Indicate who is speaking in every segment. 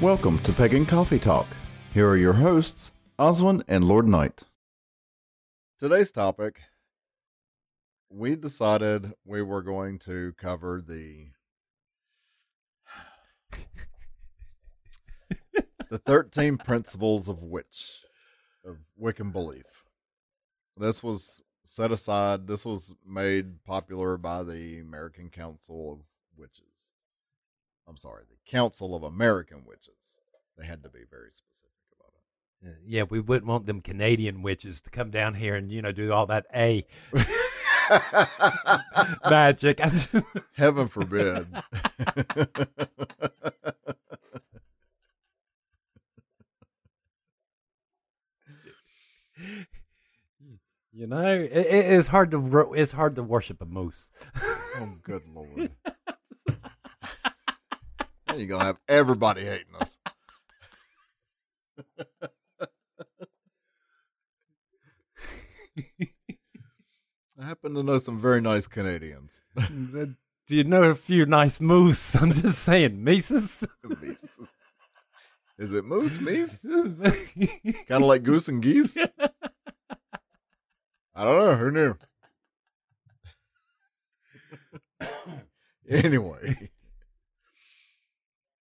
Speaker 1: Welcome to Pagan Coffee Talk. Here are your hosts, Oswin and Lord Knight. Today's topic we decided we were going to cover the the 13 principles of witch of Wiccan belief. This was set aside, this was made popular by the American Council of Witches. I'm sorry, the Council of American Witches. They had to be very specific about it.
Speaker 2: Uh, Yeah, we wouldn't want them Canadian witches to come down here and you know do all that A magic. I'm just-
Speaker 1: Heaven forbid.
Speaker 2: you know, it, it is hard to ro- it's hard to worship a moose.
Speaker 1: oh, good lord. Now you're going to have everybody hating us. I happen to know some very nice Canadians.
Speaker 2: do you know a few nice moose? I'm just saying, Mises.
Speaker 1: Meese. Is it moose, meese? kind of like goose and geese. I don't know. Who knew? anyway,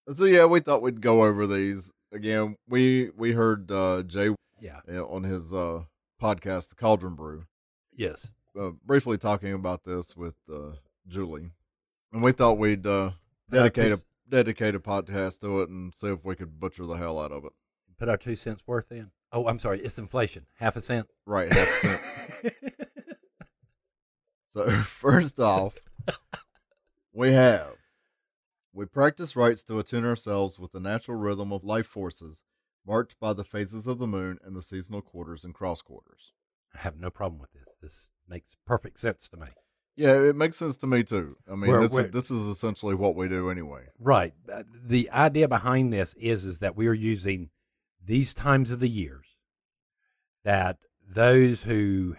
Speaker 1: so yeah, we thought we'd go over these again. We we heard uh, Jay
Speaker 2: yeah.
Speaker 1: uh, on his uh, podcast, The Cauldron Brew,
Speaker 2: Yes.
Speaker 1: uh, briefly talking about this with uh, Julie, and we thought we'd uh, dedicate a
Speaker 2: Put
Speaker 1: dedicate a podcast to it and see if we could butcher the hell out of it.
Speaker 2: Put our two cents worth in. Oh, I'm sorry. It's inflation. Half a cent.
Speaker 1: Right. half cent. So first off, we have we practice rites to attune ourselves with the natural rhythm of life forces, marked by the phases of the moon and the seasonal quarters and cross quarters.
Speaker 2: I have no problem with this. This makes perfect sense to me.
Speaker 1: Yeah, it makes sense to me too. I mean,
Speaker 2: We're-
Speaker 1: this
Speaker 2: we're-
Speaker 1: is, this is essentially what we do anyway.
Speaker 2: Right. Uh, The idea behind this is is that we are using these times of the years that those who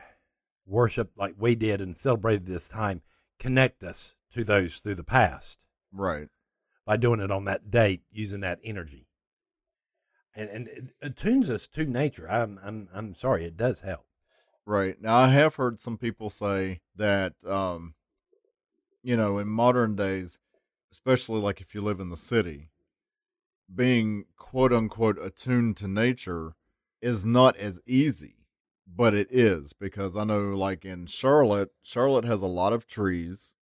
Speaker 2: worship like we did and celebrated this time connect us to those through the past
Speaker 1: Right.
Speaker 2: by doing it on that date using that energy. And and it attunes us to nature. I'm I'm I'm sorry, it does help.
Speaker 1: Right. Now I have heard some people say that um you know, in modern days, especially like if you live in the city, being quote unquote attuned to nature is not as easy, but it is because I know like in Charlotte, Charlotte has a lot of trees.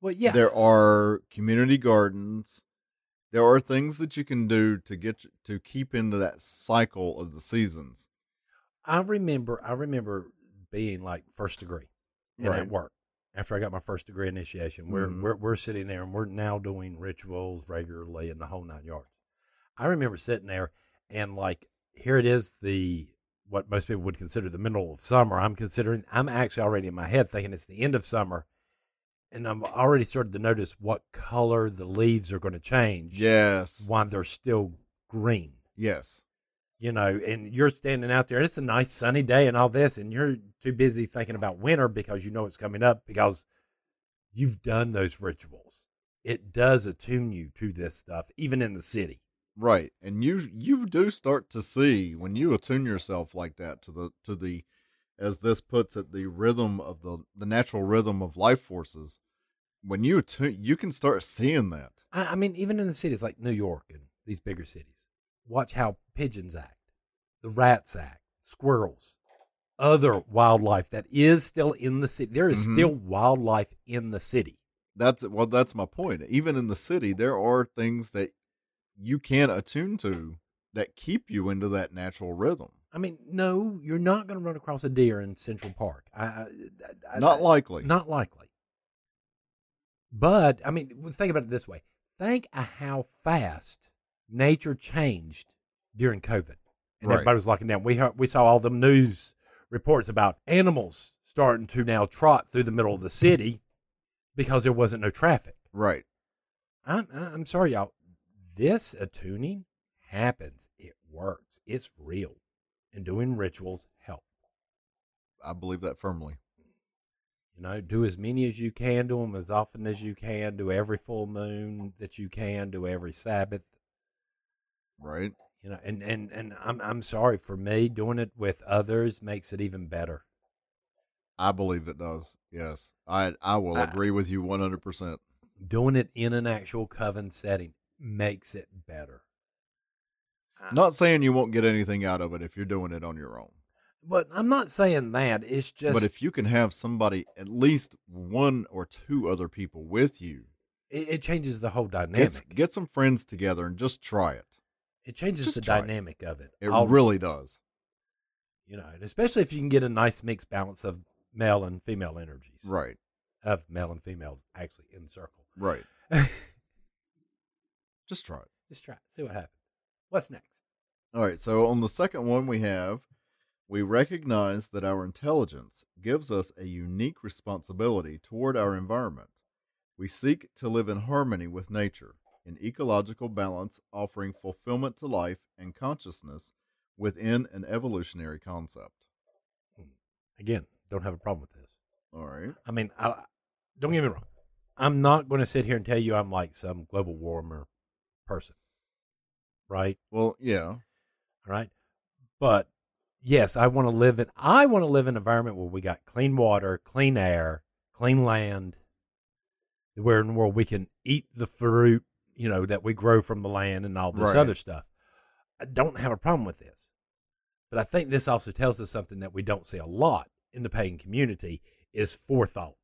Speaker 2: Well, yeah.
Speaker 1: There are community gardens. There are things that you can do to get to keep into that cycle of the seasons.
Speaker 2: I remember I remember being like first degree. and
Speaker 1: Right.
Speaker 2: at work after I got my first degree initiation. We're,
Speaker 1: Mhm.
Speaker 2: we're we're sitting there and we're now doing rituals regularly in the whole nine yards. I remember sitting there and like here it is the what most people would consider the middle of summer. I'm considering I'm actually already in my head thinking it's the end of summer, and I'm already started to notice what color the leaves are going to change
Speaker 1: Yes.
Speaker 2: while they're still green
Speaker 1: Yes.
Speaker 2: you know, and you're standing out there, and it's a nice sunny day and all this, and you're too busy thinking about winter because you know it's coming up because you've done those rituals. It does attune you to this stuff, even in the city.
Speaker 1: Right. And you you do start to see when you attune yourself like that to the to the as this puts it the rhythm of the the natural rhythm of life forces when you attune you can start seeing that.
Speaker 2: I, I mean, even in the cities like New York and these bigger cities, watch how pigeons act, the rats act, squirrels, other wildlife that is still in the city. There is
Speaker 1: Mhm.
Speaker 2: still wildlife in the city.
Speaker 1: That's well that's my point. Even in the city there are things that you can attune to that keep you into that natural rhythm.
Speaker 2: I mean, no, you're not going to run across a deer in Central Park. I, I, I
Speaker 1: Not
Speaker 2: I-
Speaker 1: likely.
Speaker 2: Not likely. But I mean, well, think about it this way: think of how fast nature changed during COVID, and
Speaker 1: Right.
Speaker 2: everybody was locking down. We heard, we saw all them news reports about animals starting to now trot through the middle of the city because there wasn't no traffic.
Speaker 1: Right.
Speaker 2: I'm I- I'm sorry, y'all. This attuning happens. It works. It's real, and doing rituals help.
Speaker 1: I believe that firmly.
Speaker 2: You know, do as many as you can, do them as often as you can, do every full moon that you can, do every Sabbath.
Speaker 1: right?
Speaker 2: You know, and and and I'm I'm sorry for me doing it with others makes it even better.
Speaker 1: I believe it does. Yes, I I will
Speaker 2: I-
Speaker 1: agree with you one hundred percent.
Speaker 2: Doing it in an actual coven setting makes it better. I-
Speaker 1: Not saying you won't get anything out of it if you're doing it on your own,
Speaker 2: but I'm not saying that. It's just
Speaker 1: but if you can have somebody, at least one or two other people with you,
Speaker 2: it, it changes the whole dynamic.
Speaker 1: get get some friends together and just try it.
Speaker 2: it changes
Speaker 1: just
Speaker 2: the
Speaker 1: try it.
Speaker 2: dynamic of it.
Speaker 1: It
Speaker 2: all-
Speaker 1: really does.
Speaker 2: you know, and especially if you can get a nice mixed balance of male and female energies,
Speaker 1: Right.
Speaker 2: of male and female actually in the circle.
Speaker 1: Right. Just try it.
Speaker 2: Just try, it, see what happens. What's next?
Speaker 1: All right. So on the second one, we have we recognize that our intelligence gives us a unique responsibility toward our environment. We seek to live in harmony with nature, in ecological balance, offering fulfillment to life and consciousness within an evolutionary concept.
Speaker 2: Again, don't have a problem with this.
Speaker 1: All right.
Speaker 2: I mean, I, don't get me wrong. I'm not going to sit here and tell you I'm like some global warmer person, right?
Speaker 1: Well, yeah.
Speaker 2: All right. But yes, I want to live in I want to live in an environment where we got clean water, clean air, clean land. Where in the world we can eat the fruit, you know, that we grow from the land and all this
Speaker 1: Right.
Speaker 2: other stuff. I don't have a problem with this. But I think this also tells us something that we don't see a lot in the pagan community is forethought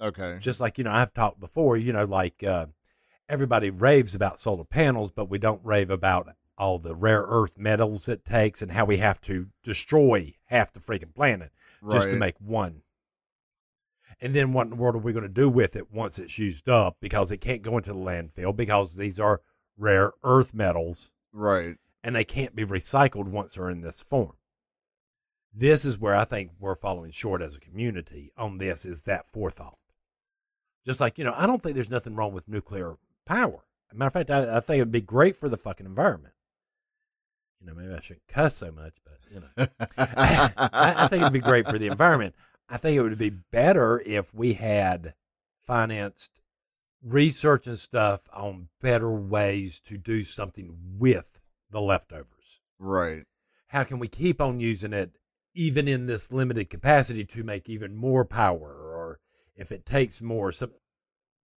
Speaker 1: Okay.
Speaker 2: just like you know i've talked before you know like uh, everybody raves about solar panels but we don't rave about all the rare earth metals it takes and how we have to destroy half the freaking planet just to
Speaker 1: Right.
Speaker 2: make one and then what in the world are we going to do with it once it's used up because it can't go into the landfill because these are rare earth metals
Speaker 1: right.
Speaker 2: and they can't be recycled once they're in this form. This is where I think we're falling short as a community on this is that forethought. Just like, you know, I don't think there's nothing wrong with nuclear power. As a matter of fact, I, I think it'd be great for the fucking environment. You know, maybe I shouldn't cuss so much, but, you know. I, I think it'd be great for the environment. I think it would be better if we had financed research and stuff on better ways to do something with the leftovers.
Speaker 1: Right.
Speaker 2: How can we keep on using it, even in this limited capacity, to make even more power, or if it takes more, some,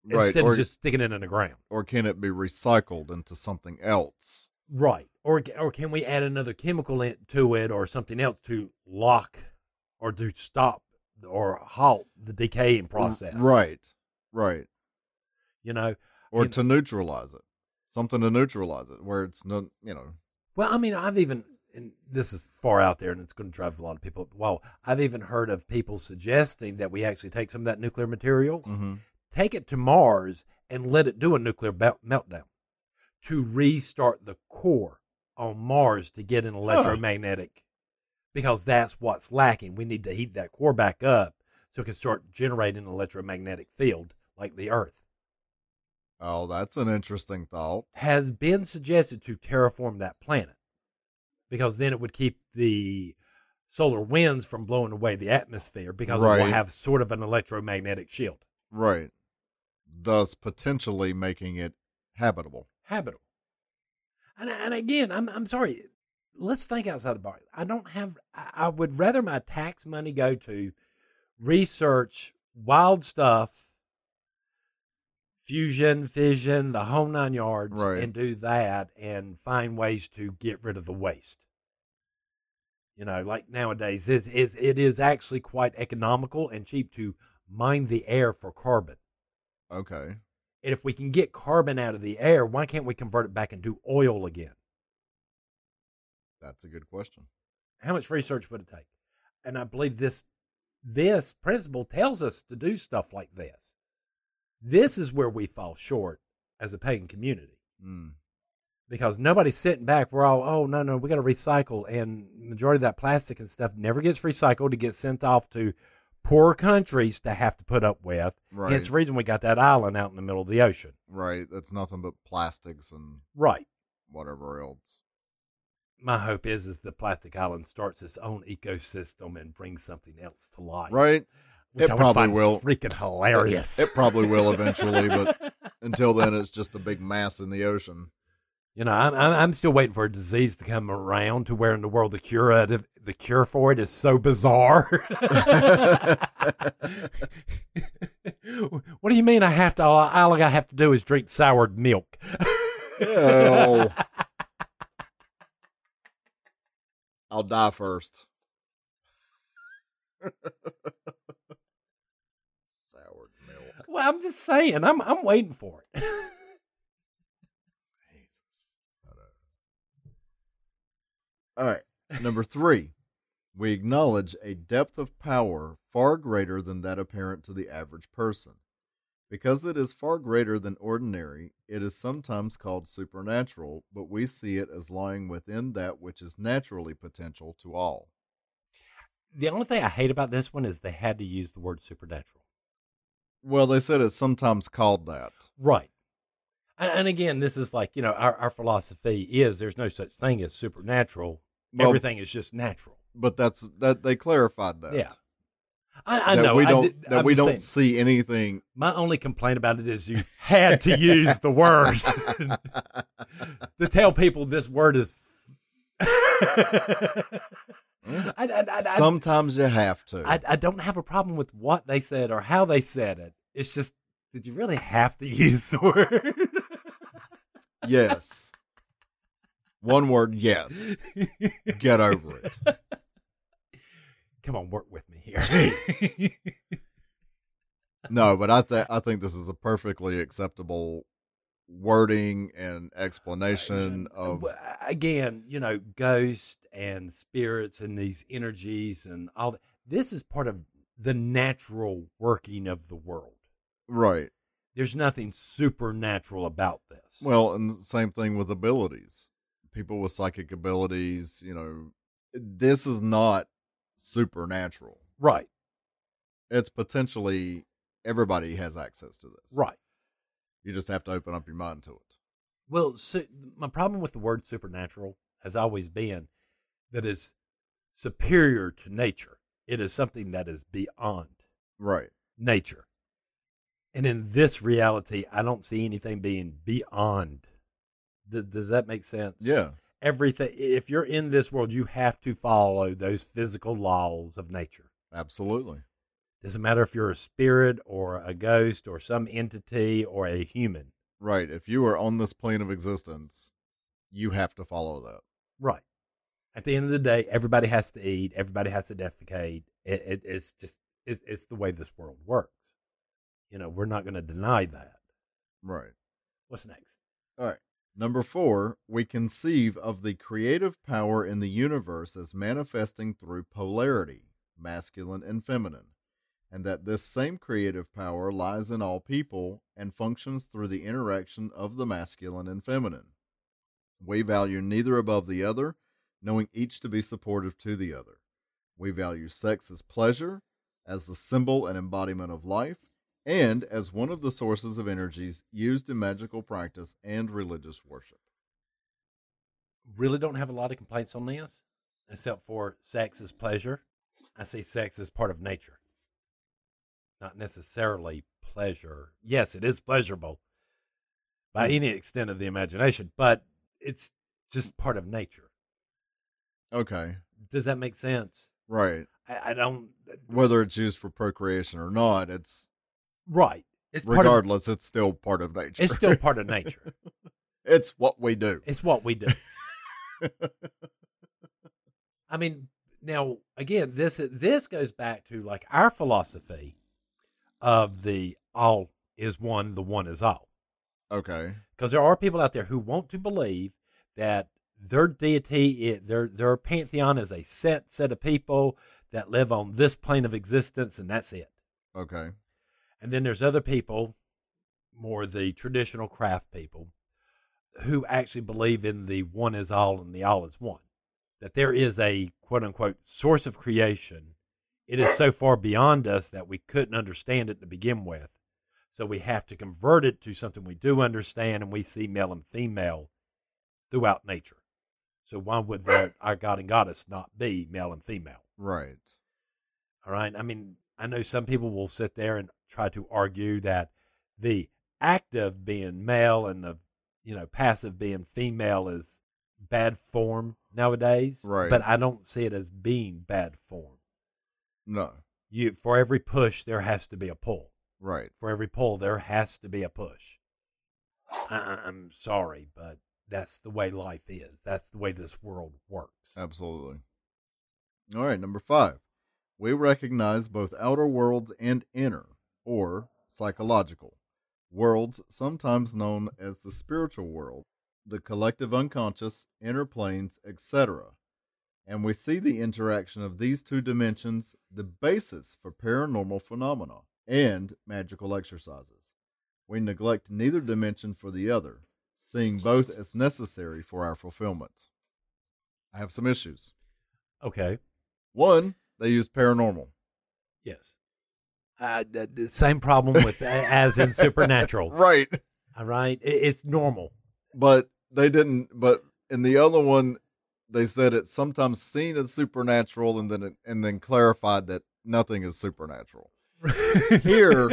Speaker 1: Right.
Speaker 2: instead
Speaker 1: Or,
Speaker 2: of just sticking it in the ground,
Speaker 1: or can it be recycled into something else?
Speaker 2: right? Or or can we add another chemical in, to it, or something else to lock, or to stop, or halt the decaying process?
Speaker 1: Mm, Right. Right.
Speaker 2: You know,
Speaker 1: Or
Speaker 2: You
Speaker 1: to neutralize it. Something to neutralize it where it's no, you know,
Speaker 2: Well, I mean, I've even, and this is far out there and it's going to drive a lot of people up the wall. I've even heard of people suggesting that we actually take some of that nuclear material,
Speaker 1: mhm.
Speaker 2: take it to Mars, and let it do a nuclear bel- meltdown to restart the core on Mars to get an electromagnetic, because that's what's lacking. We need to heat that core back up so it can start generating an electromagnetic field like the Earth.
Speaker 1: Oh, that's an interesting thought.
Speaker 2: has been suggested to terraform that planet because then it would keep the solar winds from blowing away the atmosphere because it will
Speaker 1: Right.
Speaker 2: have sort of an electromagnetic shield
Speaker 1: Right. Thus potentially making it habitable.
Speaker 2: habitable. And, and again, I'm I'm sorry. Let's think outside the box. I don't have. I I would rather my tax money go to research wild stuff, fusion, fission, the whole nine yards,
Speaker 1: Right.
Speaker 2: and do that and find ways to get rid of the waste. You know, like nowadays, is is it is actually quite economical and cheap to mine the air for carbon.
Speaker 1: Okay.
Speaker 2: And if we can get carbon out of the air, why can't we convert it back into oil again?
Speaker 1: That's a good question.
Speaker 2: How much research would it take? And I believe this this principle tells us to do stuff like this. This is where we fall short as a pagan community
Speaker 1: Mm.
Speaker 2: because nobody's sitting back. We're all, oh no, no, we got to recycle, and majority of that plastic and stuff never gets recycled. It gets sent off to poor countries to have to put up with.
Speaker 1: Right.
Speaker 2: It's the reason we got that island out in the middle of the ocean.
Speaker 1: Right. That's nothing but plastics and
Speaker 2: Right.
Speaker 1: whatever else.
Speaker 2: my hope is is the plastic island starts its own ecosystem and brings something else to life.
Speaker 1: Right.
Speaker 2: Which
Speaker 1: It
Speaker 2: I would
Speaker 1: probably
Speaker 2: find
Speaker 1: will.
Speaker 2: Freaking hilarious.
Speaker 1: It probably will eventually, but until then, it's just a big mass in the ocean.
Speaker 2: You know, I'm, I'm I'm still waiting for a disease to come around to where in the world the cure out of- the cure for it is so bizarre. what do you mean? I have to all, all I have to do is drink soured milk.
Speaker 1: Hell. I'll die first. Sour milk.
Speaker 2: well, I'm just saying, I'm I'm waiting for it.
Speaker 1: Jesus. All right. Number three, we acknowledge a depth of power far greater than that apparent to the average person. Because it is far greater than ordinary, it is sometimes called supernatural, but we see it as lying within that which is naturally potential to all.
Speaker 2: The only thing I hate about this one is they had to use the word supernatural.
Speaker 1: Well, they said it's sometimes called that.
Speaker 2: Right. And, and again, this is like, you know, our, our philosophy is there's no such thing as supernatural.
Speaker 1: Well,
Speaker 2: Everything is just natural.
Speaker 1: but that's that they clarified that.
Speaker 2: Yeah. I, I
Speaker 1: that
Speaker 2: know.
Speaker 1: we
Speaker 2: I
Speaker 1: don't
Speaker 2: did-
Speaker 1: that
Speaker 2: I'm
Speaker 1: we
Speaker 2: just
Speaker 1: don't
Speaker 2: saying,
Speaker 1: see anything.
Speaker 2: my only complaint about it is you had to use the word to tell people this word is. I, I, I, I-
Speaker 1: Sometimes you have to.
Speaker 2: I, I don't have a problem with what they said or how they said it. It's just, did you really have to use the word?
Speaker 1: yes. One word, yes. Get over it.
Speaker 2: Come on, work with me here.
Speaker 1: No, but I think I think this is a perfectly acceptable wording and explanation of
Speaker 2: Uh, Well, again, you know, ghosts and spirits and these energies and all that. This is part of the natural working of the world.
Speaker 1: right.
Speaker 2: There's nothing supernatural about this.
Speaker 1: Well, and the same thing with abilities. People with psychic abilities, you know, this is not supernatural.
Speaker 2: right,
Speaker 1: It's potentially everybody has access to this.
Speaker 2: right.
Speaker 1: You just have to open up your mind to it.
Speaker 2: Well, su- my problem with the word supernatural has always been that is superior to nature. It is something that is beyond
Speaker 1: Right.
Speaker 2: nature. And in this reality, I don't see anything being beyond. Th- does that make sense?
Speaker 1: Yeah.
Speaker 2: Everything. If you're in this world, you have to follow those physical laws of nature.
Speaker 1: Absolutely.
Speaker 2: Doesn't matter if you're a spirit or a ghost or some entity or a human.
Speaker 1: Right. If you are on this plane of existence, you have to follow that.
Speaker 2: Right. At the end of the day, everybody has to eat. Everybody has to defecate. It, it, it's just it, it's the way this world works. You know, we're not going to deny that.
Speaker 1: Right.
Speaker 2: What's next?
Speaker 1: Number four, we conceive of the creative power in the universe as manifesting through polarity, masculine and feminine, and that this same creative power lies in all people and functions through the interaction of the masculine and feminine. We value neither above the other, knowing each to be supportive to the other. We value sex as pleasure, as the symbol and embodiment of life, and as one of the sources of energies used in magical practice and religious worship.
Speaker 2: really don't have a lot of complaints on this, except for sex is pleasure. I see sex as part of nature, not necessarily pleasure. Yes, it is pleasurable by any extent of the imagination, but it's just part of nature.
Speaker 1: Okay,
Speaker 2: Does that make sense?
Speaker 1: right.
Speaker 2: I, I don't. uh,
Speaker 1: Whether it's used for procreation or not, it's
Speaker 2: Right. It's part of,
Speaker 1: regardless, it's still part of nature.
Speaker 2: It's still part of nature.
Speaker 1: it's what we do.
Speaker 2: It's what we do. I mean, now again, this this goes back to like our philosophy of the all is one, the one is all.
Speaker 1: Okay,
Speaker 2: Because there are people out there who want to believe that their deity, i- their their pantheon, is a set set of people that live on this plane of existence, and that's it.
Speaker 1: okay,
Speaker 2: And then there's other people, more the traditional craft people, who actually believe in the one is all and the all is one. That there is a quote unquote source of creation. It is so far beyond us that we couldn't understand it to begin with. So we have to convert it to something we do understand and we see male and female throughout nature. So why would there, our God and Goddess not be male and female?
Speaker 1: right.
Speaker 2: All right. I mean, I know some people will sit there and try to argue that the act of being male and the you know, passive being female is bad form nowadays.
Speaker 1: Right.
Speaker 2: But I don't see it as being bad form.
Speaker 1: No,
Speaker 2: You for every push there has to be a pull.
Speaker 1: right.
Speaker 2: For every pull there has to be a push. I, I- I'm sorry, but that's the way life is. That's the way this world works.
Speaker 1: Absolutely. All right, number five. We recognize both outer worlds and inner, or psychological, worlds, sometimes known as the spiritual world, the collective unconscious, inner planes, etc. And we see the interaction of these two dimensions, the basis for paranormal phenomena and magical exercises. We neglect neither dimension for the other, seeing both as necessary for our fulfillment. I have some issues.
Speaker 2: Okay.
Speaker 1: One, they use paranormal.
Speaker 2: Yes. Uh, the, the same problem with as in supernatural.
Speaker 1: Right.
Speaker 2: All right. It, it's normal.
Speaker 1: But they didn't but in the other one they said it's sometimes seen as supernatural and then it, and then clarified that nothing is supernatural. Here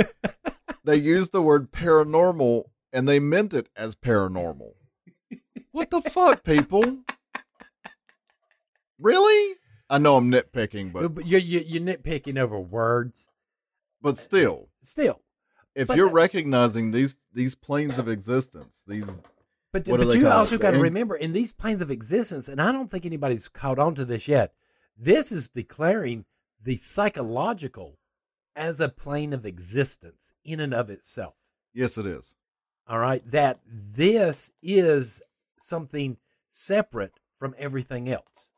Speaker 1: they used the word paranormal and they meant it as paranormal. What the fuck, people? Really? I know I'm nitpicking, but
Speaker 2: But you, you, you're nitpicking over words.
Speaker 1: but still.
Speaker 2: Still,
Speaker 1: If
Speaker 2: But
Speaker 1: you're
Speaker 2: the-
Speaker 1: recognizing these these planes of existence, these
Speaker 2: But,
Speaker 1: What do
Speaker 2: but
Speaker 1: they
Speaker 2: you
Speaker 1: call it?
Speaker 2: also got to
Speaker 1: And-
Speaker 2: remember in these planes of existence, and I don't think anybody's caught on to this yet. This is declaring the psychological as a plane of existence in and of itself.
Speaker 1: yes it is.
Speaker 2: All right, that this is something separate from everything else.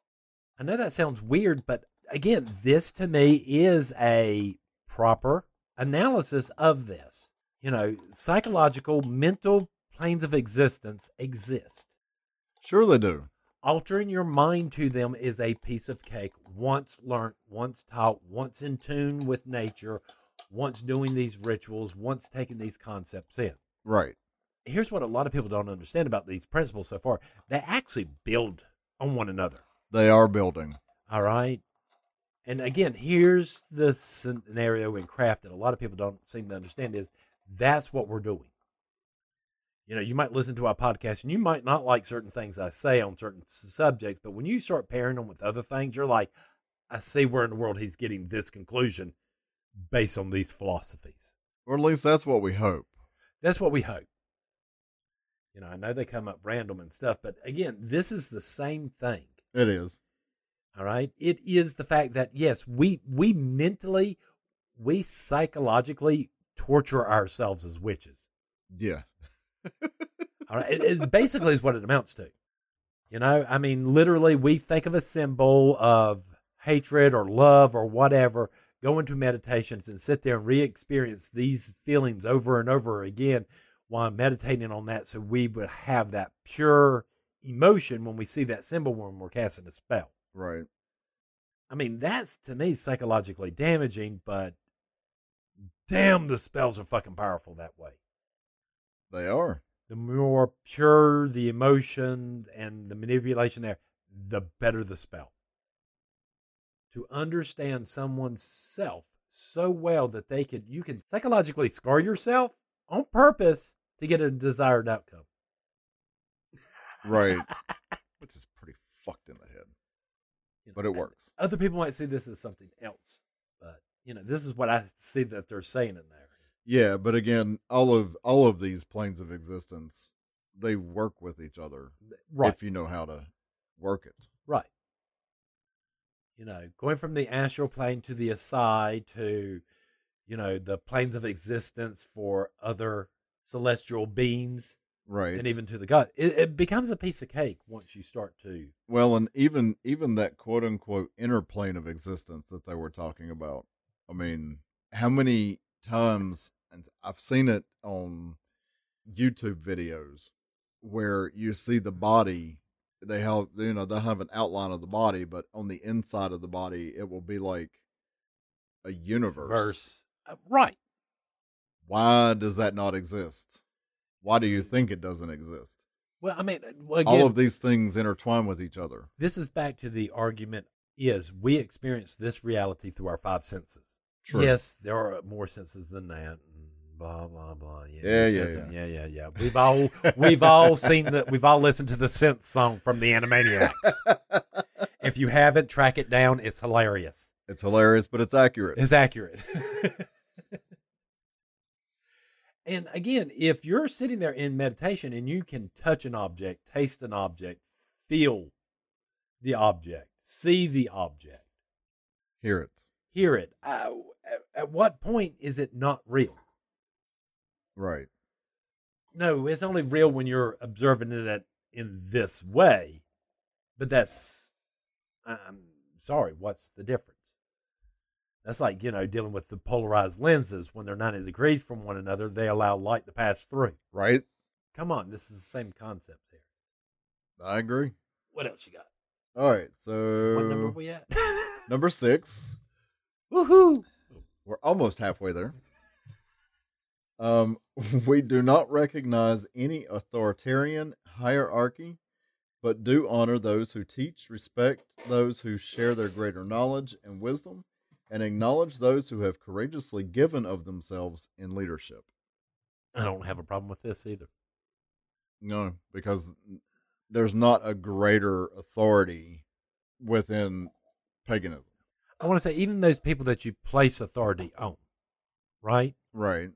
Speaker 2: I know that sounds weird, but again, this to me is a proper analysis of this. You know, psychological, mental planes of existence exist
Speaker 1: Sure they do.
Speaker 2: altering your mind to them is a piece of cake once learnt, once taught, once in tune with nature, once doing these rituals, once taking these concepts in.
Speaker 1: Right.
Speaker 2: Here's what a lot of people don't understand about these principles so far they actually build on one another.
Speaker 1: They are building.
Speaker 2: All right. And again, here's the scenario in craft that a lot of people don't seem to understand is that's what we're doing. You know, you might listen to our podcast and you might not like certain things I say on certain s- subjects, but when you start pairing them with other things, you're like, I see where in the world he's getting this conclusion based on these philosophies.
Speaker 1: Or at least that's what we hope.
Speaker 2: That's what we hope. You know, I know they come up random and stuff, but again, this is the same thing.
Speaker 1: It is.
Speaker 2: All right. It is the fact that yes, we we mentally, we psychologically torture ourselves as witches.
Speaker 1: Yeah.
Speaker 2: All right. It, it basically is what it amounts to. You know, I mean, literally, we think of a symbol of hatred or love or whatever, go into meditations and sit there and re-experience these feelings over and over again while meditating on that, so we would have that pure emotion when we see that symbol when we're casting a spell.
Speaker 1: Right.
Speaker 2: I mean, that's to me psychologically damaging, but damn, the spells are fucking powerful that way.
Speaker 1: They are.
Speaker 2: The more pure the emotion and the manipulation there, the better the spell. To understand someone's self so well that they could, you can psychologically scar yourself on purpose to get a desired outcome.
Speaker 1: Right. Which is pretty fucked in the head.
Speaker 2: You know,
Speaker 1: But it works.
Speaker 2: Other people might see this as something else, but you know, this is what I see that they're saying in there.
Speaker 1: Yeah, but again, all of all of these planes of existence, they work with each other
Speaker 2: Right.
Speaker 1: if you know how to work it.
Speaker 2: Right. You know, going from the astral plane to the aside to, you know, the planes of existence for other celestial beings
Speaker 1: Right.
Speaker 2: and even to the god. It, it becomes a piece of cake once you start to.
Speaker 1: well, and even even that quote unquote inner plane of existence that they were talking about. I mean, how many times and I've seen it on YouTube videos where you see the body they have you know they'll have an outline of the body but on the inside of the body it will be like a universe
Speaker 2: Verse. Uh, right.
Speaker 1: why does that not exist why do you think it doesn't exist
Speaker 2: Well, I mean, uh, well, Mm. again,
Speaker 1: all of these things intertwine with each other
Speaker 2: this is back to the argument is we experience this reality through our five senses.
Speaker 1: True.
Speaker 2: Yes, there are more senses than that, and blah blah blah. Yeah,
Speaker 1: Yeah,
Speaker 2: he
Speaker 1: yeah,
Speaker 2: says it. yeah, yeah, yeah. We've all we've all seen the we've all listened to the synth song from the Animaniacs. if you haven't, track it down. It's hilarious.
Speaker 1: It's hilarious, but it's accurate.
Speaker 2: It's accurate. and again, if you're sitting there in meditation and you can touch an object, taste an object, feel the object, see the object,
Speaker 1: Hear it.
Speaker 2: hear it, uh, at- at what point is it not real?
Speaker 1: Right.
Speaker 2: no, it's only real when you're observing it at, in this way. But that's, I- I'm sorry, what's the difference? That's like, you know, dealing with the polarized lenses when they're 90 degrees from one another, they allow light to pass through.
Speaker 1: Right.
Speaker 2: Come on, this is the same concept here.
Speaker 1: I agree.
Speaker 2: What else you got?
Speaker 1: All right. So
Speaker 2: What number are we at?
Speaker 1: number six.
Speaker 2: Woohoo!
Speaker 1: We're almost halfway there. Um, we do not recognize any authoritarian hierarchy, but do honor those who teach, respect those who share their greater knowledge and wisdom, and acknowledge those who have courageously given of themselves in leadership.
Speaker 2: I don't have a problem with this either.
Speaker 1: No, because there's not a greater authority within paganism.
Speaker 2: I want to say, even those people that you place authority on, right?
Speaker 1: Right.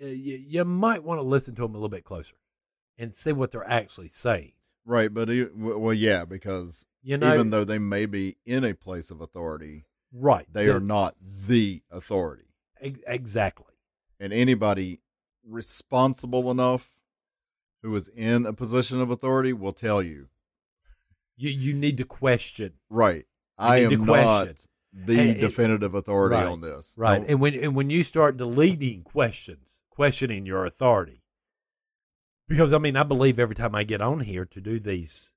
Speaker 2: Uh, You, you might want to listen to them a little bit closer and see what they're actually saying.
Speaker 1: Right, but e- w- well, yeah, because
Speaker 2: You know,
Speaker 1: even though they may be in a place of authority,
Speaker 2: right?
Speaker 1: they
Speaker 2: the-
Speaker 1: are not the authority.
Speaker 2: ex- exactly
Speaker 1: And anybody responsible enough who is in a position of authority will tell you,
Speaker 2: you. You need to question,
Speaker 1: right, I
Speaker 2: need to
Speaker 1: am
Speaker 2: question.
Speaker 1: not the
Speaker 2: And it-
Speaker 1: definitive authority
Speaker 2: Right,
Speaker 1: on this.
Speaker 2: right?
Speaker 1: Don't-
Speaker 2: And when and when you start deleting questions, questioning your authority, because I mean, I believe every time I get on here to do these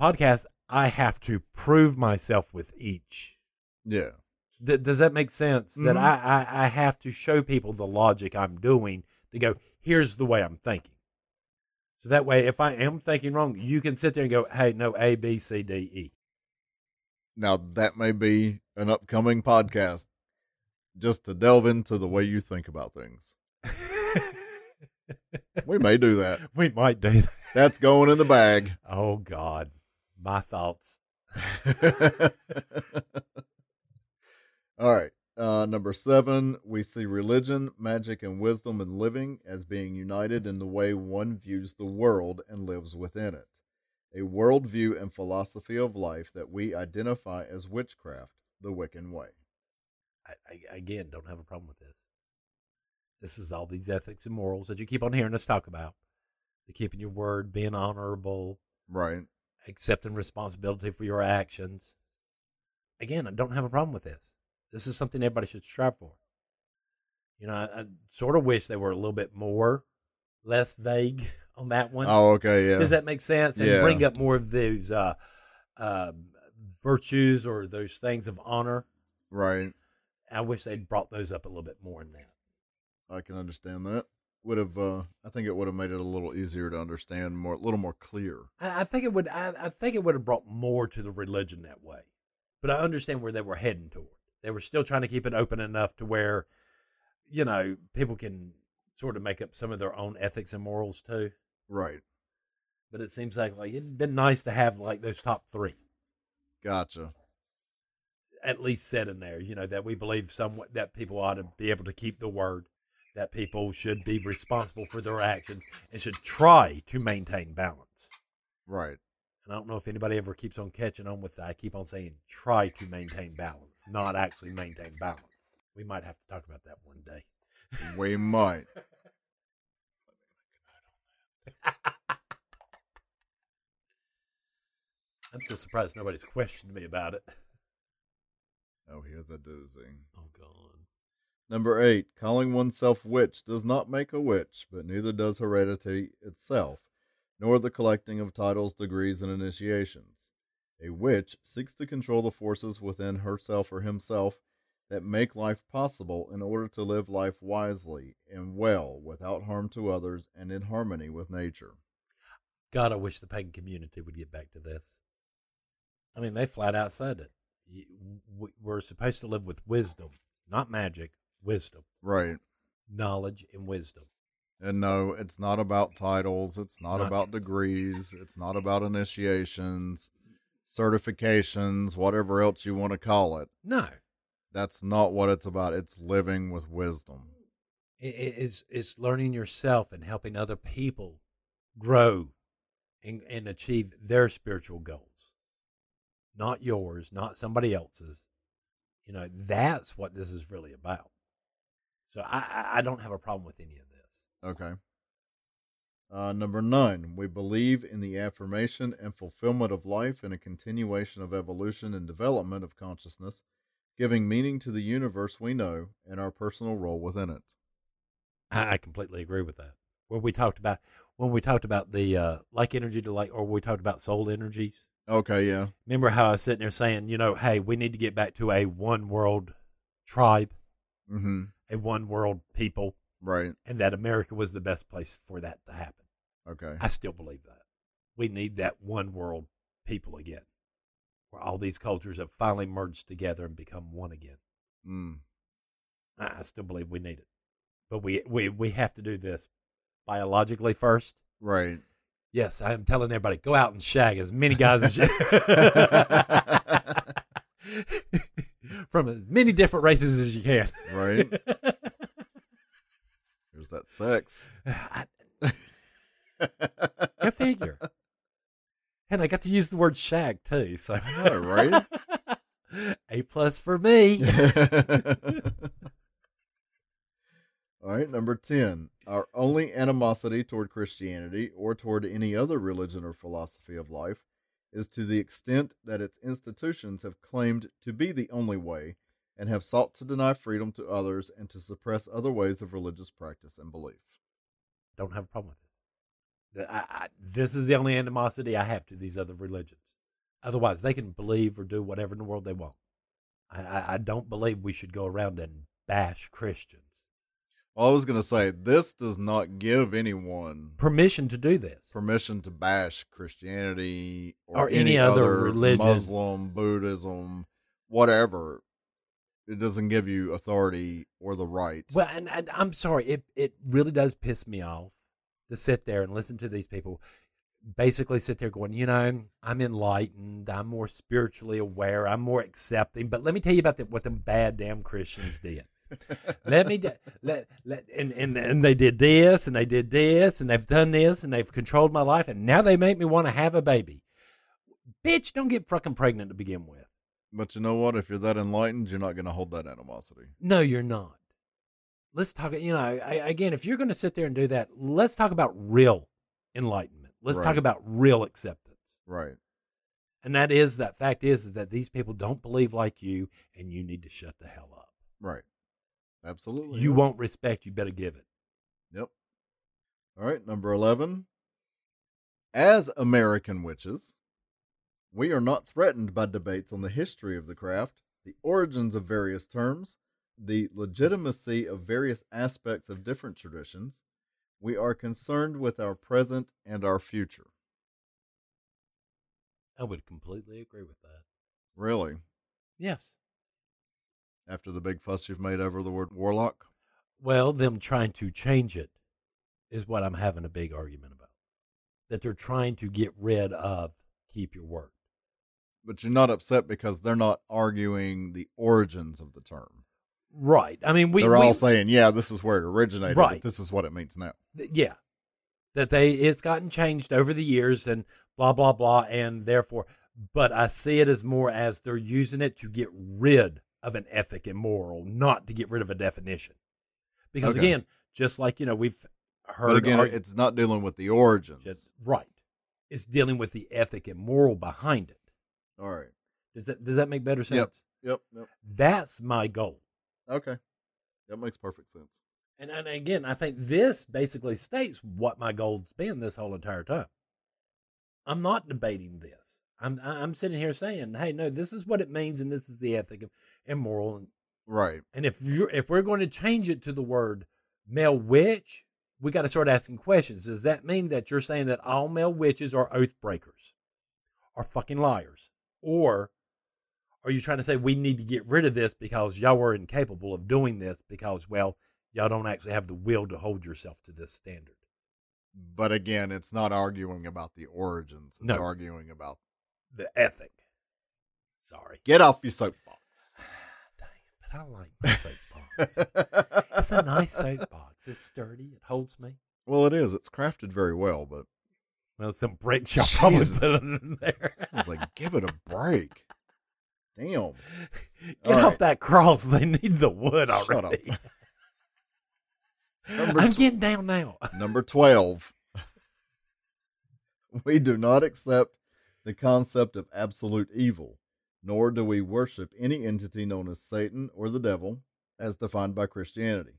Speaker 2: podcasts, I have to prove myself with each.
Speaker 1: yeah,
Speaker 2: Th- does that make sense? That
Speaker 1: Mhm.
Speaker 2: I, I I have to show people the logic I'm doing to go. Here's the way I'm thinking. So that way, if I am thinking wrong, you can sit there and go, "Hey, no, A, B, C, D, E."
Speaker 1: now that may be an upcoming podcast just to delve into the way you think about things. We may do that.
Speaker 2: we might do that.
Speaker 1: That's going in the bag.
Speaker 2: Oh God, my thoughts.
Speaker 1: All right. Uh, number seven, we see religion, magic, and wisdom and living as being united in the way one views the world and lives within it. A worldview and philosophy of life that we identify as witchcraft, the Wiccan way.
Speaker 2: I, I, again, don't have a problem with this. This is all these ethics and morals that you keep on hearing us talk about: the keeping your word, being honorable,
Speaker 1: Right.
Speaker 2: accepting responsibility for your actions. Again, I don't have a problem with this. This is something everybody should strive for. You know, I, I sort of wish they were a little bit more, less vague on that one.
Speaker 1: Oh, okay. Yeah.
Speaker 2: Does that make sense? And
Speaker 1: Yeah.
Speaker 2: bring up more of those uh, uh, virtues or those things of honor.
Speaker 1: right.
Speaker 2: I wish they'd brought those up a little bit more in that.
Speaker 1: I can understand that. Would have, uh, I think it would have made it a little easier to understand, more, a little more clear.
Speaker 2: I, I think it would. I, I think it would have brought more to the religion that way. But I understand where they were heading toward. They were still trying to keep it open enough to where, you know, people can sort of make up some of their own ethics and morals too.
Speaker 1: Right.
Speaker 2: But it seems like like it'd been nice to have like those top three.
Speaker 1: Gotcha.
Speaker 2: at least said in there, you know, that we believe somewhat that people ought to be able to keep the word, that people should be responsible for their actions and should try to maintain balance.
Speaker 1: Right.
Speaker 2: And I don't know if anybody ever keeps on catching on with that. I keep on saying try to maintain balance, not actually maintain balance. We might have to talk about that one day.
Speaker 1: We might.
Speaker 2: I'm still surprised nobody's questioned me about it.
Speaker 1: Oh, here's a doozy.
Speaker 2: Oh god.
Speaker 1: Number eight, calling oneself witch does not make a witch, but neither does heredity itself, nor the collecting of titles, degrees, and initiations. A witch seeks to control the forces within herself or himself that make life possible in order to live life wisely and well, without harm to others, and in harmony with nature.
Speaker 2: God, I wish the pagan community would get back to this. I mean, they flat out said it. You- w- We're supposed to live with wisdom, not magic, wisdom.
Speaker 1: Right.
Speaker 2: knowledge and wisdom.
Speaker 1: And no, it's not about titles. It's not,
Speaker 2: Not-
Speaker 1: about degrees. It's not about initiations, certifications, whatever else you want to call it.
Speaker 2: No,
Speaker 1: That's not what it's about. It's living with wisdom.
Speaker 2: it, it's it's learning yourself and helping other people grow and and achieve their spiritual goals, not yours, not somebody else's. You know that's what this is really about. So I I- I don't have a problem with any of this.
Speaker 1: Okay. Uh, number nine, we believe in the affirmation and fulfillment of life and a continuation of evolution and development of consciousness, giving meaning to the universe we know and our personal role within it.
Speaker 2: I, I completely agree with that. Where we talked about when we talked about the uh, like energy to light, or we talked about soul energies.
Speaker 1: Okay, yeah.
Speaker 2: Remember how I was sitting there saying, you know, hey, we need to get back to a one world tribe,
Speaker 1: Mm-hmm.
Speaker 2: a one world people,
Speaker 1: Right.
Speaker 2: and that America was the best place for that to happen.
Speaker 1: Okay.
Speaker 2: I still believe that. We need that one world people again, where all these cultures have finally merged together and become one again.
Speaker 1: Mm.
Speaker 2: I I still believe we need it, but we we we have to do this biologically first.
Speaker 1: Right.
Speaker 2: Yes, I am telling everybody go out and shag as many guys as you from as many different races as you can.
Speaker 1: Right. There's that sex.
Speaker 2: I- Go figure. And I got to use the word shag too, so
Speaker 1: know, right?
Speaker 2: A plus for me.
Speaker 1: All right, number 10. Our only animosity toward Christianity or toward any other religion or philosophy of life is to the extent that its institutions have claimed to be the only way and have sought to deny freedom to others and to suppress other ways of religious practice and belief.
Speaker 2: Don't have a problem with this. The- I, I, this is the only animosity I have to these other religions. Otherwise, they can believe or do whatever in the world they want. I, I, I don't believe we should go around and bash Christians.
Speaker 1: Well, I was going to say, this does not give anyone
Speaker 2: Permission to do this.
Speaker 1: permission to bash Christianity
Speaker 2: Or any other religion.
Speaker 1: Muslim, Buddhism, whatever. It doesn't give you authority or the right.
Speaker 2: Well, and, and I'm sorry, it it really does piss me off to sit there and listen to these people basically sit there going, you know, I'm enlightened, I'm more spiritually aware, I'm more accepting, but let me tell you about the, what them bad damn Christians did. let me d- let let and, and and they did this and they did this and they've done this and they've controlled my life and now they make me want to have a baby. Bitch, don't get fucking pregnant to begin with.
Speaker 1: But you know what? If you're that enlightened, you're not going to hold that animosity.
Speaker 2: No, you're not. Let's talk. You know, I, again, if you're going to sit there and do that, let's talk about real enlightenment. Let's talk
Speaker 1: Right.
Speaker 2: about real acceptance.
Speaker 1: Right.
Speaker 2: And that is that fact is that these people don't believe like you, and you need to shut the hell up.
Speaker 1: Right. Absolutely.
Speaker 2: You
Speaker 1: yeah.
Speaker 2: won't respect. You better give it.
Speaker 1: Yep. All right, number 11. As American witches, we are not threatened by debates on the history of the craft, the origins of various terms, the legitimacy of various aspects of different traditions. We are concerned with our present and our future.
Speaker 2: I would completely agree with that.
Speaker 1: Really?
Speaker 2: Yes.
Speaker 1: After the big fuss you've made over the word warlock?
Speaker 2: Well, them trying to change it is what I'm having a big argument about. That they're trying to get rid of keep your word.
Speaker 1: But you're not upset because they're not arguing the origins of the term.
Speaker 2: Right. I mean, we
Speaker 1: they're
Speaker 2: we,
Speaker 1: all saying, yeah, this is where it originated,
Speaker 2: Right.
Speaker 1: but this is what it means now.
Speaker 2: th- yeah that they it's gotten changed over the years and blah blah blah and therefore but i see it as more as they're using it to get rid of an ethic and moral not to get rid of a definition because
Speaker 1: Okay.
Speaker 2: again just like you know we've heard
Speaker 1: But again,
Speaker 2: argu-
Speaker 1: it's not dealing with the origins.
Speaker 2: just- right it's dealing with the ethic and moral behind it
Speaker 1: All right.
Speaker 2: does that does that make better sense
Speaker 1: Yep. Yep.
Speaker 2: that's my goal
Speaker 1: Okay. That makes perfect sense.
Speaker 2: and, and again i think this basically states what my goal's been this whole entire time i'm not debating this i'm I- i'm sitting here saying hey no this is what it means and this is the ethic of- and moral and,
Speaker 1: Right.
Speaker 2: and if you're if we're going to change it to the word male witch we got to start asking questions does that mean that you're saying that all male witches are oath breakers are fucking liars or are you trying to say we need to get rid of this because y'all were incapable of doing this because well y'all don't actually have the will to hold yourself to this standard.
Speaker 1: But again, it's not arguing about the origins. It's
Speaker 2: No.
Speaker 1: arguing about
Speaker 2: The ethic. Sorry.
Speaker 1: get off your soapbox.
Speaker 2: Dang it, but I like my soapbox. it's a nice soapbox. It's sturdy. It holds me.
Speaker 1: well, it is. It's crafted very well, but
Speaker 2: Well, some bricks y'all probably
Speaker 1: Jesus.
Speaker 2: put in there.
Speaker 1: it's like give it a break. Damn.
Speaker 2: Get
Speaker 1: All
Speaker 2: off
Speaker 1: right.
Speaker 2: that cross. They need the wood
Speaker 1: Shut up.
Speaker 2: already.
Speaker 1: Number
Speaker 2: I'm
Speaker 1: tw-
Speaker 2: getting down now.
Speaker 1: Number 12. We do not accept the concept of absolute evil, nor do we worship any entity known as Satan or the devil, as defined by Christianity.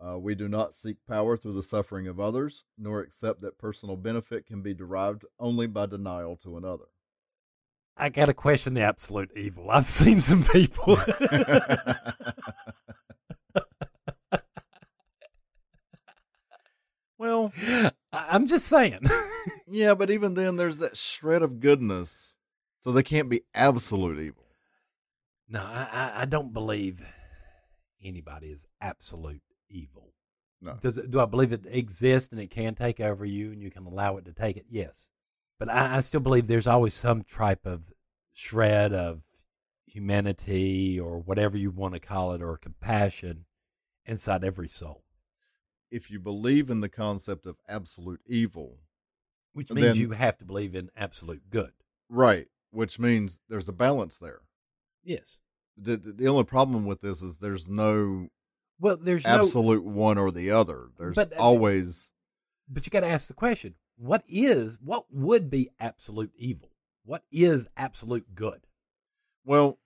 Speaker 1: Uh, we do not seek power through the suffering of others, nor accept that personal benefit can be derived only by denial to another.
Speaker 2: I got to question the absolute evil. I've seen some people.
Speaker 1: well,
Speaker 2: I- I'm just saying.
Speaker 1: yeah, but even then, there's that shred of goodness, so they can't be absolute evil.
Speaker 2: No, I, I, I don't believe anybody is absolute evil.
Speaker 1: No.
Speaker 2: Does it, do I believe it exists and it can take over you and you can allow it to take it? Yes. But I, I still believe there's always some type of shred of humanity or whatever you want to call it or compassion inside every soul,
Speaker 1: If you believe in the concept of absolute evil,
Speaker 2: which
Speaker 1: And
Speaker 2: means
Speaker 1: then-
Speaker 2: you have to believe in absolute good.
Speaker 1: right, which means there's a balance there.
Speaker 2: Yes.
Speaker 1: The, the, the only problem with this is there's no
Speaker 2: Well, there's no
Speaker 1: absolute one or the other. There's
Speaker 2: But, uh,
Speaker 1: always
Speaker 2: But you got to ask the question what is, what would be absolute evil? What is absolute good?
Speaker 1: well,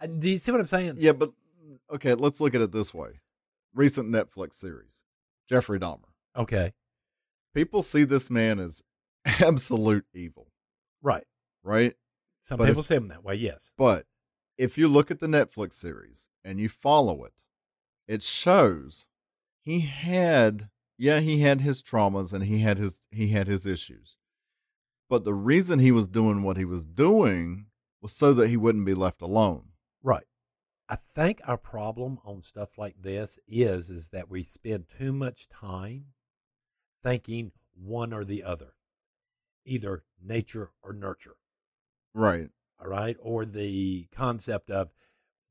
Speaker 2: Uh, Do you see what I'm saying?
Speaker 1: yeah, but okay, let's look at it this way. Recent Netflix series, Jeffrey Dahmer.
Speaker 2: Okay.
Speaker 1: People see this man as absolute evil,
Speaker 2: Right.
Speaker 1: right?
Speaker 2: Some
Speaker 1: But
Speaker 2: people
Speaker 1: if-
Speaker 2: see them that way. Yes.
Speaker 1: But if you look at the Netflix series and you follow it, it shows he had yeah, he had his traumas and he had his he had his issues. But the reason he was doing what he was doing was so that he wouldn't be left alone.
Speaker 2: Right. I think our problem on stuff like this is is that we spend too much time thinking one or the other, either nature or nurture.
Speaker 1: Right.
Speaker 2: All right, or the concept of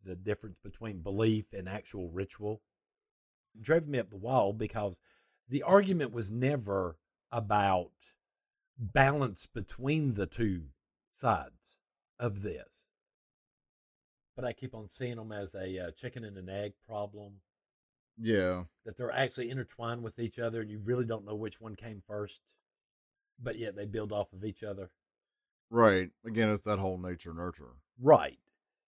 Speaker 2: the difference between belief and actual ritual drove me up the wall because the argument was never about balance between the two sides of this. But I keep on seeing them as a uh, chicken and an egg problem
Speaker 1: Yeah.
Speaker 2: that they're actually intertwined with each other and you really don't know which one came first, but yet they build off of each other.
Speaker 1: Right. Again, it's that whole nature nurture.
Speaker 2: Right.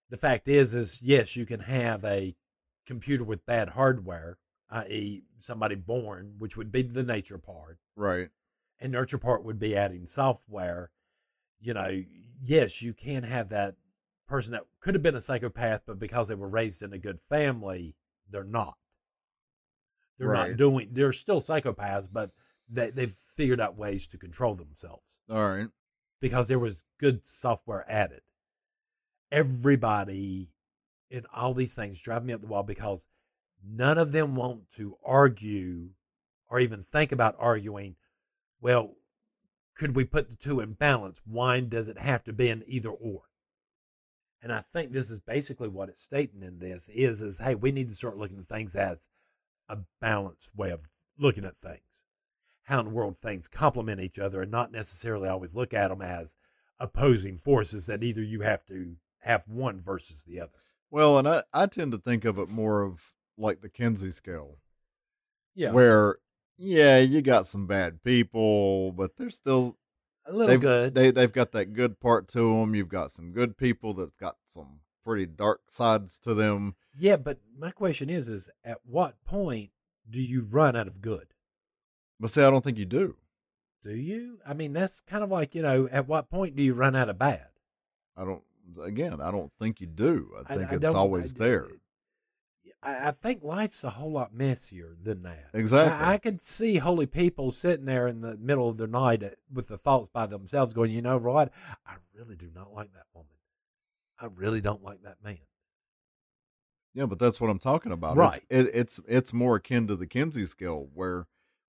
Speaker 2: The fact is, is yes, you can have a computer with bad hardware, i.e., somebody born, which would be the nature part,
Speaker 1: Right.
Speaker 2: and nurture part would be adding software. You know, yes, you can have that person that could have been a psychopath, but because they were raised in a good family, they're not. They're
Speaker 1: Right.
Speaker 2: not doing. They're still psychopaths, but they they've figured out ways to control themselves
Speaker 1: All right.
Speaker 2: because there was good software added. Everybody and all these things drive me up the wall because none of them want to argue or even think about arguing. Well, could we put the two in balance? Why does it have to be an either or? And I think this is basically what it's stating in this is is hey, we need to start looking at things as a balanced way of looking at things how in the world things complement each other and not necessarily always look at them as opposing forces that either you have to have one versus the other.
Speaker 1: Well, and I, I tend to think of it more of like the Kinsey scale.
Speaker 2: Yeah.
Speaker 1: Where yeah, you got some bad people, but they're still
Speaker 2: a little
Speaker 1: they've,
Speaker 2: good.
Speaker 1: They they've got that good part to them. You've got some good people that's got some pretty dark sides to them.
Speaker 2: yeah, but my question is is at what point do you run out of good?
Speaker 1: But see, I don't think you do.
Speaker 2: Do you? I mean, that's kind of like, you know, at what point do you run out of bad?
Speaker 1: I don't. Again, I don't think you do. I think it's
Speaker 2: don't-
Speaker 1: always
Speaker 2: I-
Speaker 1: there.
Speaker 2: I, I think life's a whole lot messier than that.
Speaker 1: Exactly.
Speaker 2: I, I could see holy people sitting there in the middle of the night at- with the thoughts by themselves, going, "You know, Rod, I really do not like that woman. I really don't like that man."
Speaker 1: Yeah, but that's what I'm talking about.
Speaker 2: Right.
Speaker 1: It's, it, it's it's more akin to the Kinsey scale where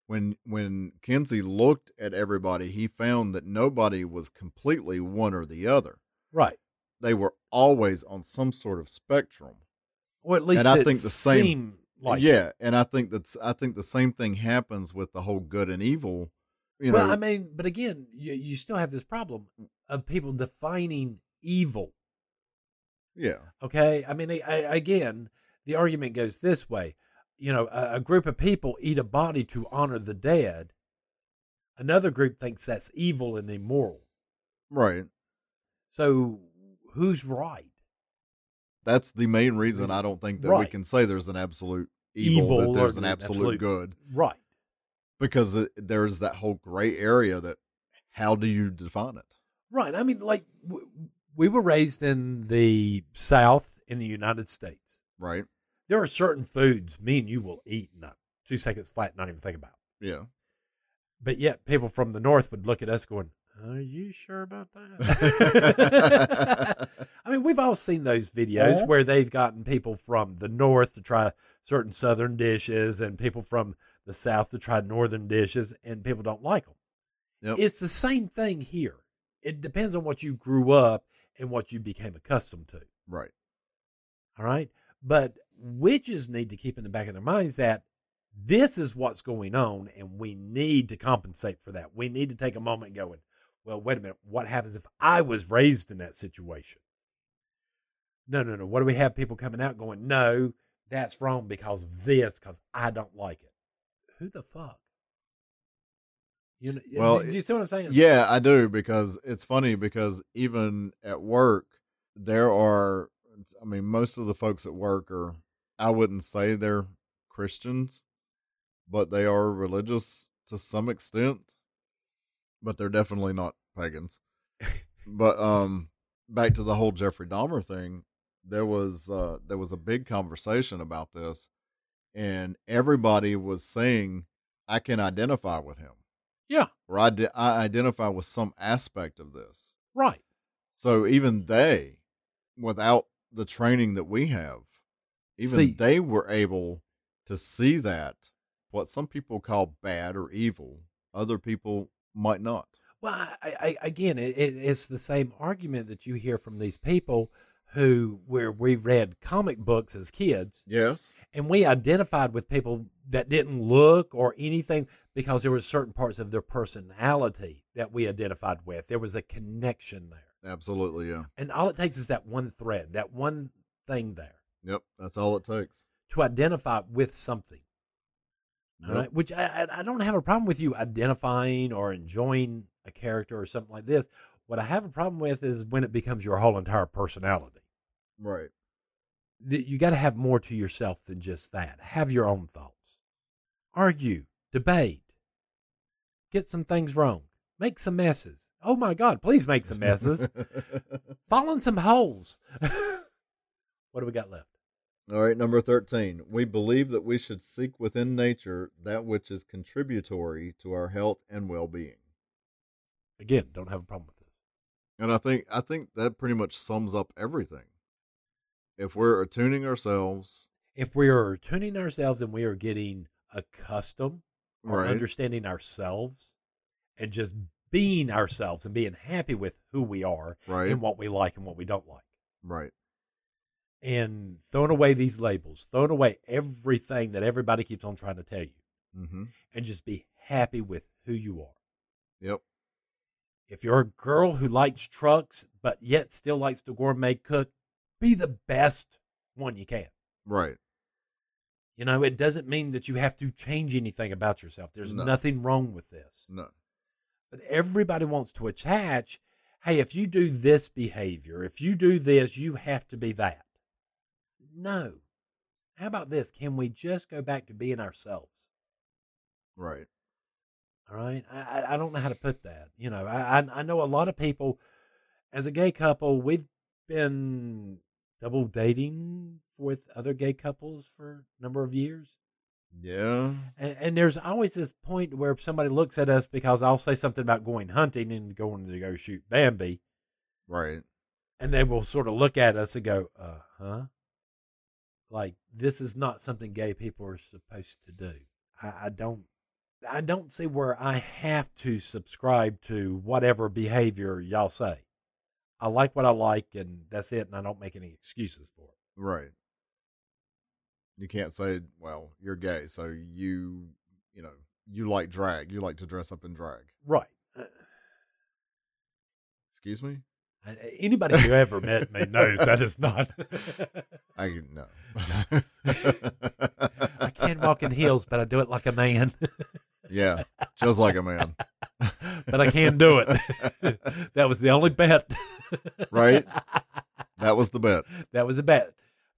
Speaker 1: when when Kinsey looked at everybody, he found that nobody was completely one or the other.
Speaker 2: Right.
Speaker 1: They were always on some sort of spectrum.
Speaker 2: Well, at least
Speaker 1: I
Speaker 2: it
Speaker 1: think the same-
Speaker 2: seemed like
Speaker 1: yeah, and I think that's I think the same thing happens with the whole good and evil. You
Speaker 2: well,
Speaker 1: know,
Speaker 2: I mean, but again, you, you still have this problem of people defining evil.
Speaker 1: yeah,
Speaker 2: Okay, I mean, I, I- again, the argument goes this way: you know, a, a group of people eat a body to honor the dead. Another group thinks that's evil and immoral.
Speaker 1: right.
Speaker 2: So, who's right?
Speaker 1: That's the main reason I don't think that we
Speaker 2: Right.
Speaker 1: can say there's an absolute evil,
Speaker 2: Evil
Speaker 1: that
Speaker 2: or
Speaker 1: there's an
Speaker 2: an
Speaker 1: absolute,
Speaker 2: absolute-
Speaker 1: good
Speaker 2: Right.
Speaker 1: because it, there's that whole gray area that how do you define it?
Speaker 2: Right. I mean, like w- we were raised in the South in the United States.
Speaker 1: Right?
Speaker 2: There are certain foods me and you will eat in a two seconds flat, not even think about.
Speaker 1: Yeah.
Speaker 2: But yet, people from the North would look at us going, "Are you sure about that?" I mean, we've all seen those videos
Speaker 1: Yeah.
Speaker 2: where they've gotten people from the North to try certain Southern dishes, and people from the South to try Northern dishes, and people don't like them.
Speaker 1: Yep.
Speaker 2: It's the same thing here. It depends on what you grew up and what you became accustomed to.
Speaker 1: Right.
Speaker 2: All right. But witches need to keep in the back of their minds that this is what's going on and we need to compensate for that. We need to take a moment going, well, wait a minute. What happens if I was raised in that situation? No, no, no. What do we have people coming out going, no, that's wrong because of this, because I don't like it? Who the fuck? You know,
Speaker 1: Well,
Speaker 2: do, do you see what I'm saying?
Speaker 1: Yeah, I do because it's funny because even at work there are I mean most of the folks at work are I wouldn't say they're Christians, but they are religious to some extent, but they're definitely not pagans. but um back to the whole Jeffrey Dahmer thing, there was uh there was a big conversation about this and everybody was saying I can identify with him or I, di- I identify with some aspect of this.
Speaker 2: Right.
Speaker 1: So even they, without the training that we have, even
Speaker 2: See-
Speaker 1: they were able to see that what some people call bad or evil, other people might not.
Speaker 2: Well, I, I, again, it, it- it's the same argument that you hear from these people who, where we read comic books as kids,
Speaker 1: Yes.
Speaker 2: and we identified with people that didn't look or anything because there were certain parts of their personality that we identified with. There was a connection there,
Speaker 1: Absolutely. Yeah.
Speaker 2: and all it takes is that one thread, that one thing there
Speaker 1: Yep. That's all it takes.
Speaker 2: to identify with something. All right, which I, I I don't have a problem with you identifying or enjoying a character or something like this. What I have a problem with is when it becomes your whole entire personality.
Speaker 1: Right.
Speaker 2: That You got to have more to yourself than just that. Have your own thoughts, argue, debate, get some things wrong, make some messes. Oh my God, please make some messes, fall in some holes. what do we got left?
Speaker 1: All right, number 13. We believe that we should seek within nature that which is contributory to our health and well being.
Speaker 2: Again, don't have a problem with this.
Speaker 1: And I think I think that pretty much sums up everything. If we're attuning ourselves,
Speaker 2: If we are tuning ourselves and we are getting accustomed or
Speaker 1: right?
Speaker 2: understanding ourselves and just being ourselves and being happy with who we are
Speaker 1: right.
Speaker 2: and what we like and what we don't like.
Speaker 1: right.
Speaker 2: And throwing away these labels, throwing away everything that everybody keeps on trying to tell you,
Speaker 1: Mm-hmm.
Speaker 2: and just be happy with who you are.
Speaker 1: Yep.
Speaker 2: If you're a girl who likes trucks but yet still likes to gourmet cook, be the best one you can.
Speaker 1: Right.
Speaker 2: You know, it doesn't mean that you have to change anything about yourself. There's
Speaker 1: No.
Speaker 2: nothing wrong with this.
Speaker 1: No.
Speaker 2: But everybody wants to attach, hey, if you do this behavior, if you do this, you have to be that. No. How about this? Can we just go back to being ourselves?
Speaker 1: Right.
Speaker 2: All right. I, I- I don't know how to put that. You know, I, I I know a lot of people, as a gay couple, we've been double dating with other gay couples for a number of years.
Speaker 1: Yeah.
Speaker 2: And, and there's always this point where somebody looks at us because I'll say something about going hunting and going to go shoot Bambi,
Speaker 1: Right.
Speaker 2: and they will sort of look at us and go, "Uh huh," "Uh-huh. Like this is not something gay people are supposed to do. I, I don't I don't see where I have to subscribe to whatever behavior y'all say. I like what I like and that's it and I don't make any excuses for it.
Speaker 1: Right. You can't say, well, you're gay, so you, you know, you like drag. You like to dress up in drag.
Speaker 2: Right. Uh,
Speaker 1: Excuse me?
Speaker 2: I- Anybody who ever met me knows that is not.
Speaker 1: I no.
Speaker 2: I can walk in heels, but I do it like a man.
Speaker 1: Yeah, just like a man,
Speaker 2: but I can do it. that was the only bet.
Speaker 1: right? That was the bet.
Speaker 2: That was a bet.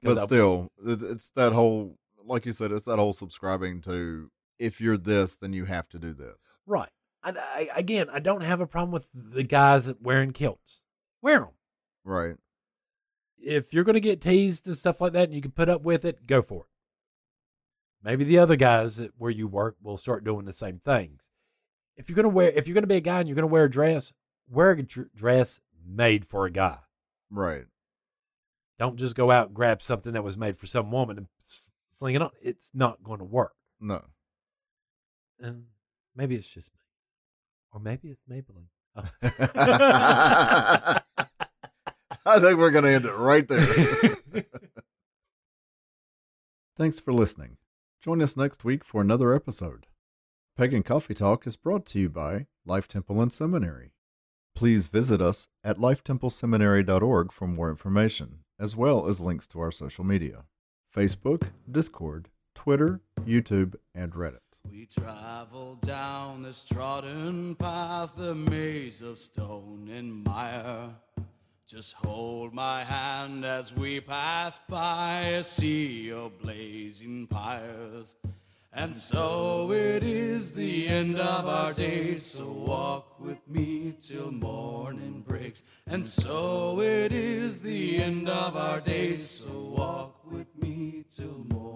Speaker 2: 'Cause
Speaker 1: But
Speaker 2: I-
Speaker 1: still, it, it's that whole, like you said, it's that whole subscribing to if you're this, then you have to do this.
Speaker 2: right. And I, again, I don't have a problem with the guys that wearing kilts. Wear them.
Speaker 1: Right.
Speaker 2: If you're going to get teased and stuff like that, and you can put up with it, go for it. Maybe the other guys that, where you work will start doing the same things. If you're going to wear, if you're going to be a guy and you're going to wear a dress, wear a dr- dress made for a guy.
Speaker 1: Right.
Speaker 2: Don't just go out and grab something that was made for some woman and s- sling it on. It's not going to work.
Speaker 1: No.
Speaker 2: And maybe it's just me, or maybe it's Maybelline. Oh.
Speaker 1: I think we're going to end it right there. Thanks for listening. Join us next week for another episode. Pagan Coffee Talk is brought to you by Life Temple and Seminary. Please visit us at lifetempleseminary.org for more information, as well as links to our social media Facebook, Discord, Twitter, YouTube, and Reddit.
Speaker 3: We travel down this trodden path, a maze of stone and mire. Just hold my hand as we pass by a sea of blazing pyres. And so it is the end of our days, so walk with me till morning breaks. And so it is the end of our days, so walk with me till morning